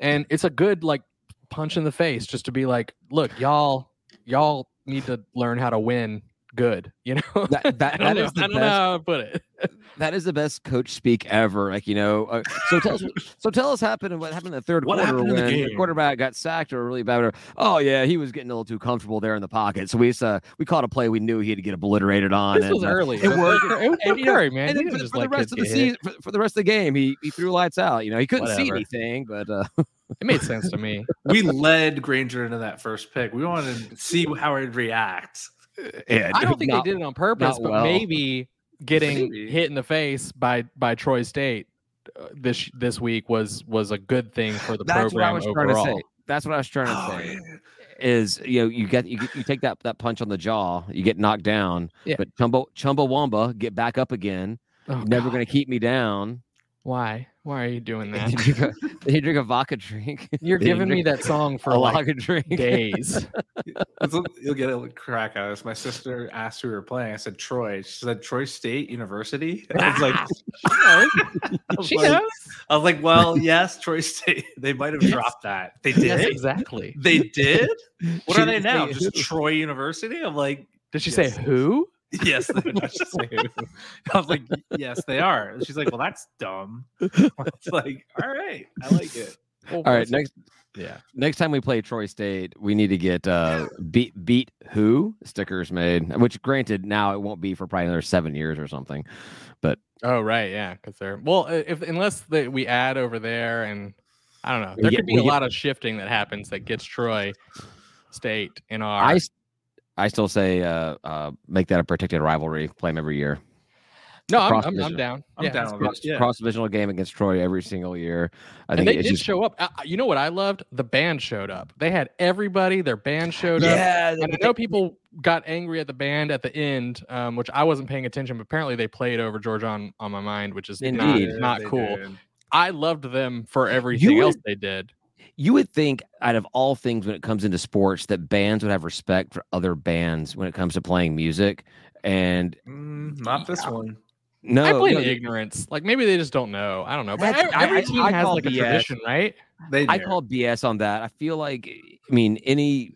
and it's a good like punch in the face just to be like, look, y'all y'all need to learn how to win good, [laughs] you know.
that,
I
that,
don't
that
know.
is the
I don't
best.
know how to put it.
That is the best coach speak ever. Like you know. Uh, so tell us. So tell us happened and what happened in the third
What
quarter
happened in the
when the,
game?
quarterback got sacked or really bad. Or, oh yeah, he was getting a little too comfortable there in the pocket. So we just, uh, we caught a play we knew he had to get obliterated on.
This was
and, uh,
early.
it worked.
It was
And, you know,
Curry, man.
and
He
then for, the-
didn't just
for the
let kids
rest of the
get hit.
season, for, for the rest of the game, he, he threw lights out. You know, he couldn't see
Whatever.
anything, but
[laughs]
uh,
It made sense to me.
We led Granger into that first pick. We wanted to see how he'd react.
yeah,
I don't think
not-
they did it on purpose,
not
but
well. [laughs]
maybe getting
Maybe.
hit in the face by by Troy State uh, this this week was was a good thing for the
That's what I
program
was
overall.
trying to say. That's what I was trying to
Oh,
say.
yeah.
Is you know you get you, get- you take that that punch on the jaw, you get knocked down,
Yeah.
but Chumbo Chumbawamba get back up again.
Oh,
You're never
God.
going to keep me down.
Why? Why are you doing
Then
that?
you [laughs] drink a- then you drink a vodka drink, [laughs]
You're
Then you
giving me
drink
that song for
a
like
lager drink.
days.
It's a- You'll get a crack out of this. My sister asked who we were playing. I said Troy. She said Troy State University. [laughs] I was like, [laughs]
[laughs]
I was
she
like-
knows.
I was like, well, yes, Troy State. [laughs] They might have dropped that. They did.
Yes, exactly.
They did. What
She
are they
didn't
now?
say
Just
who.
Troy University? I'm like, [laughs]
Did she
Yes.
say who?
yes. They did. She said who. I was like, yes, they are. She's like, well, that's dumb. [laughs] It's like, all right, I like it.
Well,
All right,
what's-
next
Yeah.
next time we play Troy State, we need to get uh, beat beat who stickers made. Which, granted, now it won't be for probably another seven years or something.
Oh right, yeah, because they're well, uh, if unless they, we add over there, and I don't know,
We
there
get-
could be
we
a
get-
lot of shifting that happens that gets Troy State in our.
I s- I still say uh, uh, make that a protected rivalry. Play them every year.
no, I'm,
cross
I'm, I'm
division.
down.
I'm
yeah.
down with
Cross,
it. Yeah.
divisional game against Troy every single year. I
And
think
they
it's
did
just
show up. I, I- you know what I loved? The band showed up. They had everybody. Their band showed up. And I know people got angry at the band at the end, um, which I wasn't paying attention. But apparently, they played over George on on my mind, which is not,
Indeed.
not
They
cool.
did.
I loved them for everything
would-
else they did.
you would think out of all things when it comes into sports that bands would have respect for other bands when it comes to playing music. And
Mm, not this
Yeah.
one.
No,
I blame
no, you-
ignorance. Like maybe they just don't know. I don't know. But
That's-
every,
I-
every
I-
team
I
has
call
like a
BS.
tradition, right?
They
I
knew.
call BS on that. I feel like, I mean, any,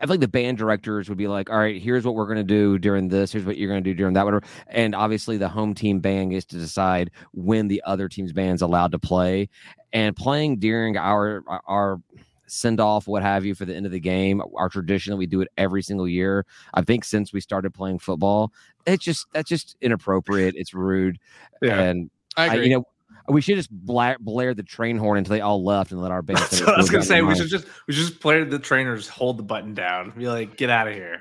I feel like the band directors would be like, all right, here's what we're going to do during this. Here's what you're going to do during that, whatever. And obviously, the home team band gets to decide when the other team's band's allowed to play. And playing during our, our, Send off, what have you, for the end of the game. Our tradition that we do it every single year. I think since we started playing football, it's just that's just inappropriate. It's rude,
Yeah.
and
I
I
agree.
you know, we should just bla- blare the train horn until they all left and let our
[laughs]
band.
So I was gonna say we should just we should just play the trainers hold the button down. Be like, get out of here.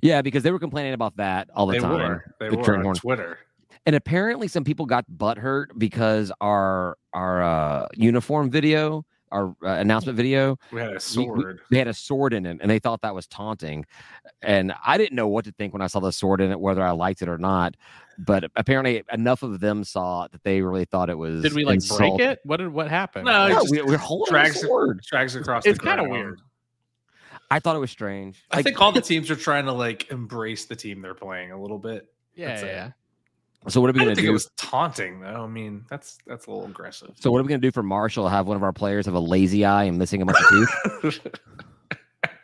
Yeah, because they were complaining about that all the
They
time.
were. They
the
were
train
on
horn.
Twitter.
And apparently, some people got butt hurt because our our uh, uniform video, our uh, announcement video,
We had a sword.
they had a sword in it, and they thought that was taunting. And I didn't know what to think when I saw the sword in it, whether I liked it or not. But apparently, enough of them saw it that they really thought it was.
Did we like
insult-
break it? What did what happened?
No,
No,
just
we, we're holding a
drags it-
sword.
Drags across.
It's
the
kinda
ground.
weird.
I thought it was strange.
I
Like, [laughs]
think all the teams are trying to like embrace the team they're playing a little bit.
yeah,
That's
yeah,
it.
yeah.
So what are we
I
gonna
don't think
do?
it was taunting though. I mean, that's that's a little
[laughs]
aggressive. [laughs]
so what are we gonna do for Marshall? Have one of our players have a lazy eye and missing a bunch of teeth?
[laughs]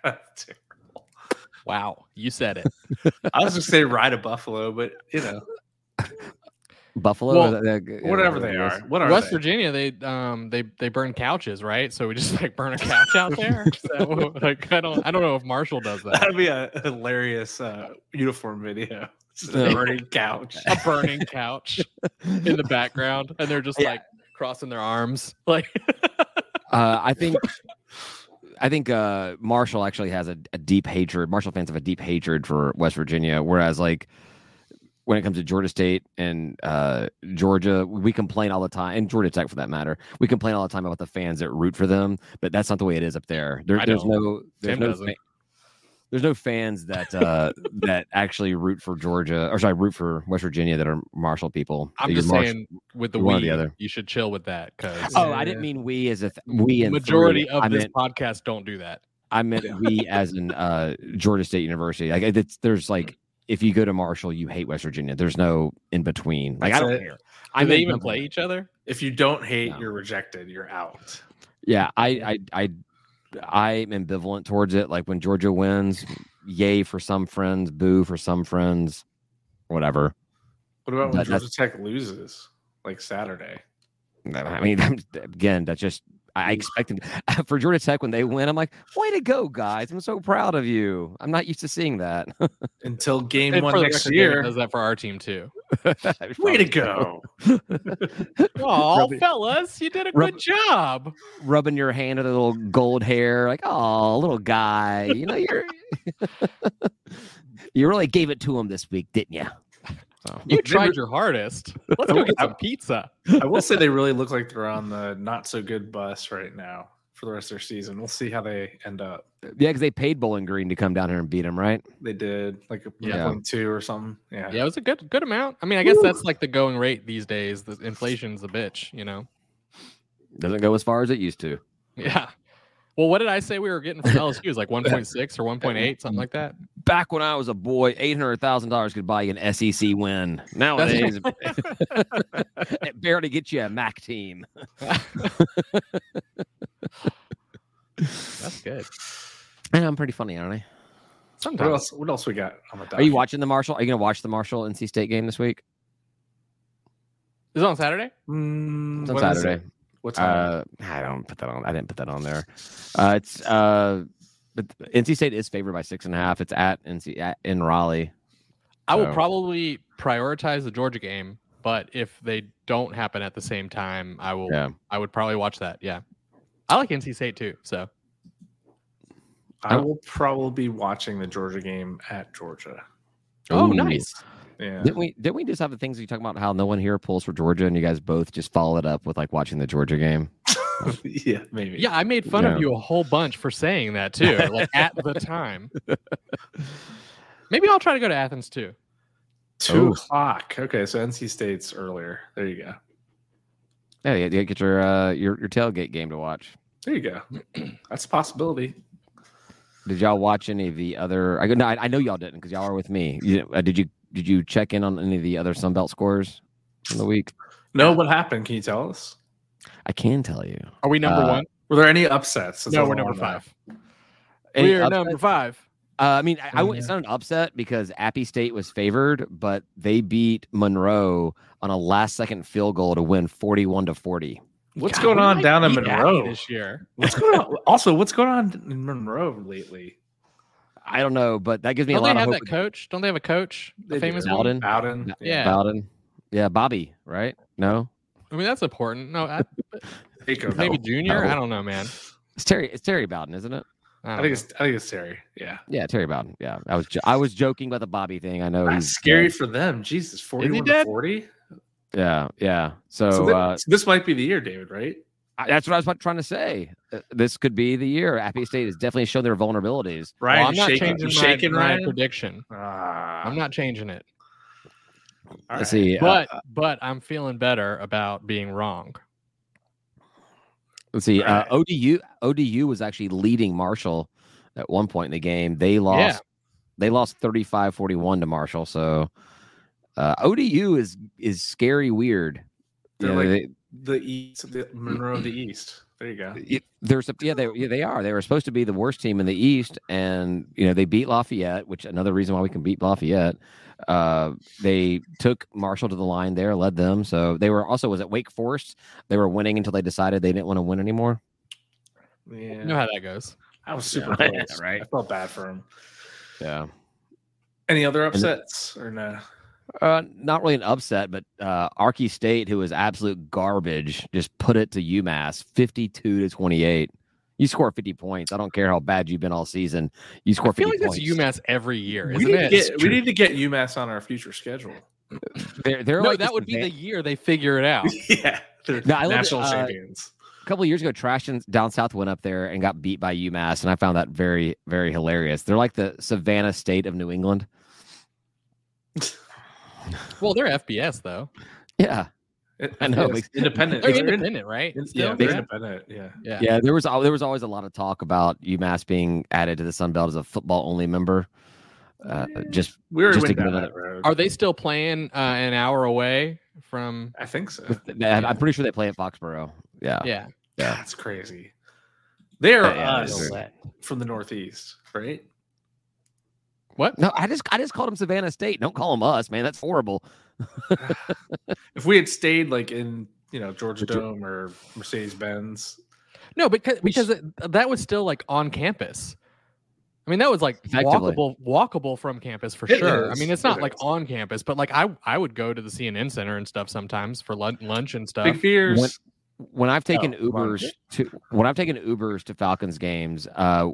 I
Wow, you said it.
was just say ride a buffalo, but you know,
Buffalo,
Well,
Is that- that-
whatever
that-
they
that-
are, what are
West
they?
Virginia, they um they they burn couches, right? So we just like burn a couch out
[laughs]
there. So like I don't I don't know if Marshall does that.
That'd be a hilarious uh, uniform video. [laughs] It's just
Yeah.
a burning couch.
A burning couch in the background, and they're just
Yeah.
like crossing their arms, [laughs] like
Uh, I think. [laughs] I think uh, Marshall actually has a, a deep hatred. Marshall fans have a deep hatred for West Virginia, whereas like when it comes to Georgia State and uh, Georgia, we complain all the time, and Georgia Tech for that matter, we complain all the time about the fans that root for them. But that's not the way it is up there. There-
I
there's
don't.
no, there's
Tim
no,
doesn't.
fa- there's no fans that uh, that actually root for Georgia or sorry, root for West Virginia that are Marshall people.
I'm
That you're
just
Marshall-
saying with the
one
one
or the other.
you should chill with that because
Oh, I didn't mean we as a th- we and
majority
three.
of
I
this
meant,
podcast don't do that.
I meant we as in uh, Georgia State University. Like it's, there's like if you go to Marshall, you hate West Virginia. There's no in between. Like I
That's
don't
it.
care.
Do
I
they
meant
even
double.
play each other?
If you don't hate,
No.
you're rejected. You're out.
Yeah, I I I I'm ambivalent towards it. Like when Georgia wins, yay for some friends, boo for some friends, whatever.
What about when
That- that's-
Georgia Tech loses, like Saturday?
I mean, [laughs] again, that's just I expected [laughs] for Georgia Tech when they win. I'm like, way to go, guys! I'm so proud of you. I'm not used to seeing that. [laughs]
Until game
And for
one
the
next
record, David
year.
does that for our team too.
[laughs] Way to go!
Oh,
Rubbing-
fellas, you did a
rub-
good job.
rubbing your hand with a little gold hair, like, oh, little guy. You know, you're [laughs] you really gave it to him this week, didn't you?
You
They
tried
were-
your
[laughs]
hardest. Let's go get some pizza.
I will say they really look like they're on the not so good bus right now for the rest of their season. We'll see how they end up.
Yeah, because they paid Bowling Green to come down here and beat him, right?
They did like a
Yeah.
point two or something. Yeah.
Yeah, it was a good good amount. I mean, I guess
Woo.
that's like the going rate these days. The inflation's a bitch, you know.
Doesn't go as far as it used to.
Yeah. Well, what did I say we were getting [laughs] from LSU? It was like 1.6 or 1.8, something like that.
Back when I was a boy, eight hundred thousand dollars could buy you an SEC win. Nowadays, [laughs] it barely gets you a MAC [laughs] team.
That's good.
And I'm pretty funny, aren't I?
What
Sometimes.
else? What else we got on the docket?
Are you watching the Marshall? Are you gonna watch the Marshall NC State game this week?
Is it on Saturday?
Mm,
It's on
when is it?
Saturday.
What time?
Uh, I don't put that on. I didn't put that on there. Uh, it's uh, but NC State is favored by six and a half. It's at NC at, in Raleigh.
I will
So-
probably prioritize the Georgia game, but if they don't happen at the same time, I will.
Yeah,
I would probably watch that. Yeah. I like NC State too. So
I will probably be watching the Georgia game at Georgia.
oh,
Ooh.
nice.
Yeah.
didn't we? Didn't we just have the things you talk about how no one here pulls for Georgia, and you guys both just followed up with like watching the Georgia game.
[laughs] yeah. Maybe.
Yeah, I made fun
Yeah.
of you a whole bunch for saying that too, like at [laughs] the time. Maybe I'll try to go to Athens too.
Two
Oh.
o'clock. Okay, so NC State's earlier. There you go.
Yeah, you, you get your uh your, your tailgate game to watch.
There you go. [clears throat] That's a possibility.
Did y'all watch any of the other? I go. No, I, I know y'all didn't because y'all are with me. You, uh, did you? Did you check in on any of the other Sun Belt scores? in the week.
No, what happened? Can you tell us?
I can tell you.
Are we number
Uh,
one?
Were there any upsets? That's
No,
all
we're
I
number
wanna know.
five.
Any
we are
upset?
number five.
Uh, I mean, I, I
Oh,
wouldn't- it's not an upset because Appy State was favored, but they beat Monroe on a last second field goal to win 41 to 40.
What's
God,
going
we
on
might
down in
beat Appy
Monroe?
this year?
[laughs] What's going on? Also, what's going on in Monroe lately?
I don't know, but that gives me a
Don't they
lot of
have
hope.
that coach? Don't they have a coach? The
They do.
famous one.
Bowden?
Bowden.
Yeah.
Bowden. Yeah, Bobby, right? No.
I mean, that's important. No, I,
Jacob.
maybe
[laughs]
junior.
no.
I don't know, man.
It's Terry it's Terry Bowden, isn't it?
I,
I
don't
think
know.
it's I think it's Terry. Yeah.
Yeah, Terry Bowden. Yeah. I was jo- I was joking about the Bobby thing. I know
That's
he's
scary for them. Jesus, 41 to
dead?
40.
Yeah, yeah. So,
So, thi-
uh,
so this might be the year, David, right?
I- that's what I was about- trying to say. Uh, This could be the year. Appy State has definitely shown their vulnerabilities.
Well,
Ryan,
I'm not
you shaking,
changing
you
my-
shaking
my,
Ryan.
prediction.
Ah,
I'm not changing it.
all
Let's
right.
see. uh,
But but I'm feeling better about being wrong.
Let's see. Uh,
Right.
ODU ODU was actually leading Marshall at one point in the game. They lost. They lost 35-41 to Marshall. So uh, ODU is is scary weird. You
They're
know,
like-
they-
The East, the Monroe of the East. There
[clears throat]
you go.
it- they're sup- yeah they yeah, they are they were supposed to be the worst team in the East and you know they beat Lafayette which another reason why we can beat Lafayette uh, they took Marshall to the line there led them so they were also was at Wake Forest they were winning until they decided they didn't want to win anymore
Yeah.
You know how that goes.
I was super
Yeah,
close.
right.
I felt bad for him.
yeah
Any other
then-
upsets or no?
uh, not really an upset but uh, Archie State who was absolute garbage just put it to UMass fifty two to twenty eight. You score 50 points. I don't care how bad you've been all season. You score
I feel
50
like that's
points.
UMass every year,
We
isn't
need, to
it?
get, we need to get UMass on our future schedule.
They're, they're
no,
like
that
this
would be
va-
the year they figure it out.
[laughs] yeah. They're
No, I love it,
national
uh,
champions.
a couple years ago, Trash and Down South went up there and got beat by UMass, and I found that very, very hilarious. They're like the Savannah State of New England.
well, they're FBS though.
Yeah, I know,
It's
like-
[laughs] independent.
They're
They're in-
independent, right?
yeah,
Still?
they're
yeah.
independent. Yeah.
yeah.
yeah. There was al- there was always a lot of talk about UMass being added to the Sun Belt as a football only member. Uh, just
We already
Just
went
to
down
give it
that road.
Are they still playing uh, an hour away from?
I think so.
I'm pretty sure they play at Foxborough. Yeah,
Yeah.
Yeah.
That's crazy. They are
Yeah, yeah,
us
they're-
from the Northeast, right?
What?
No, I just I just called them Savannah State. Don't call them us, man. That's horrible.
If we had stayed like in, you know, Georgia
Georgia-
Dome or Mercedes Benz,
No, because because it, that was still like on campus. I mean, that was like
Effectively.
walkable, walkable from campus for
It
sure. I
is.
mean, it's
It
not like
is.
on campus, but like I I would go to the CNN Center and stuff sometimes for lunch, lunch and
Uh,
stuff.
big fears.
When- when I've taken
Oh, wrong.
Ubers to when I've taken Ubers to Falcons games, uh,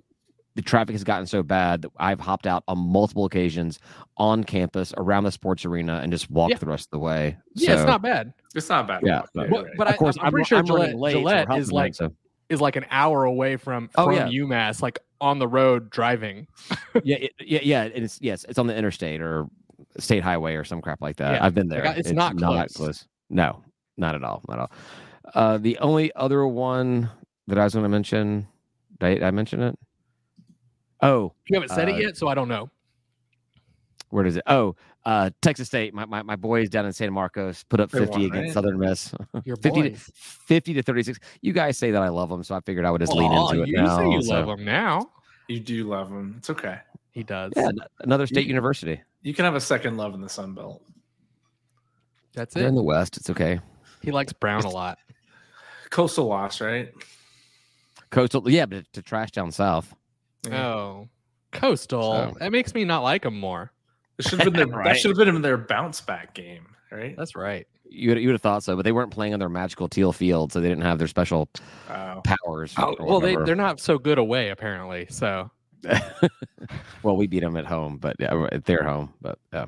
the traffic has gotten so bad that I've hopped out on multiple occasions on campus around the sports arena and just walked
Yeah.
the rest of the way.
yeah, it's
So,
not bad.
it's not bad.
Yeah,
enough.
but-
Well, but I-
of course,
I'm pretty sure
running
Gillette-
late, so we're
Gillette is
helping them,
like-
so-
Is like an hour away from
Oh,
from
yeah.
UMass, like on the road driving.
yeah, it, yeah, yeah. and It's yes, it's on the interstate or state highway or some crap like that.
Yeah,
I've been there.
I- it's not close.
No, not at all. Not at all. Uh, the only other one that I was going to mention, did I mention it? Oh,
You haven't said
Uh,
it yet, so I don't know.
where does it? Oh, uh, Texas State. My, my, my boys down in San Marcos put up
They
50
won,
against
right?
Southern Miss.
Your
50 to,
boys.
50 to 36. You guys say that I love them, so I figured I would just lean
Aw,
into it
you
now.
say you
so-
love him now.
You do love them. It's okay.
He does.
Yeah, an- another state university.
You can have a second love in the Sun Belt.
That's
They're in
it.
the West. It's okay.
He likes Brown a lot.
Coastal loss, right?
Coastal, yeah, but to trash down south.
Yeah.
Oh, coastal.
So-
That makes me not like him more.
It should have been their,
Right.
that should have been in their bounce back game, right?
That's right.
You would, you would have thought so, but they weren't playing on their magical teal field, so they didn't have their special
Oh.
powers. or
well, they,
whatever.
they're not so good away, apparently. So,
well, we beat them at home, but yeah, at their home. But yeah,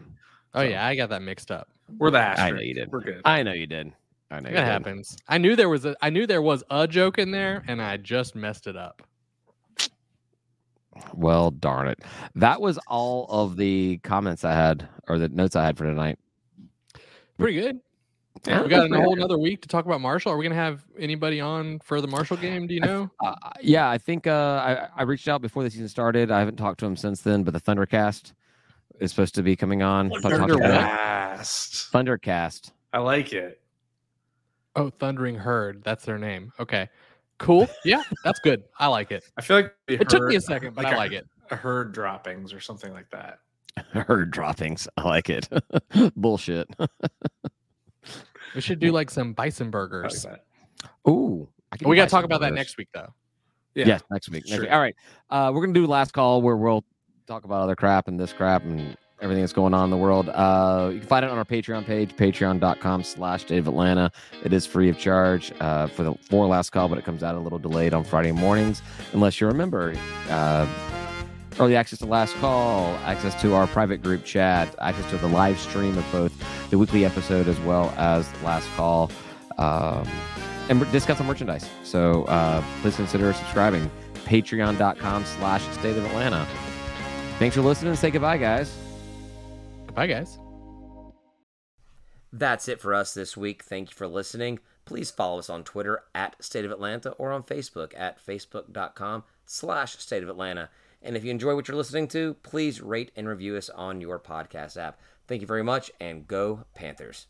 oh,
So-
yeah, I got that mixed up.
We're the Astros.
I know you did.
We're good.
I know you did. I know
That
you did.
happens. I knew there was a I knew there was a joke in there, and I just messed it up.
Well, darn it. That was all of the comments I had or the notes I had for tonight.
Pretty good.
Yeah,
We got a whole another week to talk about Marshall. Are we gonna have anybody on for the Marshall game? Do you know?
Uh, yeah, I think uh, I, I reached out before the season started. I haven't talked to him since then, but the Thundercast is supposed to be coming on. Thought- talked about it.
Thundercast.
Thundercast. [laughs]
I like it.
Oh, Thundering Herd. That's their name. Okay. Cool. Yeah, that's good. I like it.
I feel like we
It took me a
heard
second, but
like
I
a-
like it.
a herd droppings or something like that.
Herd droppings. I like it. [laughs] Bullshit.
We should do like some bison burgers.
I like that.
Ooh. I can
We
buy
got to talk
some
about that
burgers.
next week, though.
Yeah.
Yes, next week. Next
Sure.
week. All right. Uh, we're gonna do last call where we'll talk about other crap and this crap and everything that's going on in the world. Uh, you can find it on our Patreon page, patreon.com slash Dave Atlanta. It is free of charge uh, for the for last call, but it comes out a little delayed on Friday mornings, unless you're a member. Uh, early access to last call, access to our private group chat, access to the live stream of both the weekly episode as well as last call. Um, and mer- discount on merchandise. So uh, please consider subscribing. Patreon.com slash State of Atlanta. Thanks for listening. Say goodbye, guys.
Bye, guys.
That's it for us this week. Thank you for listening. Please follow us on Twitter at State of Atlanta or on Facebook at facebook.com slash state of Atlanta. And if you enjoy what you're listening to, please rate and review us on your podcast app. Thank you very much and go Panthers.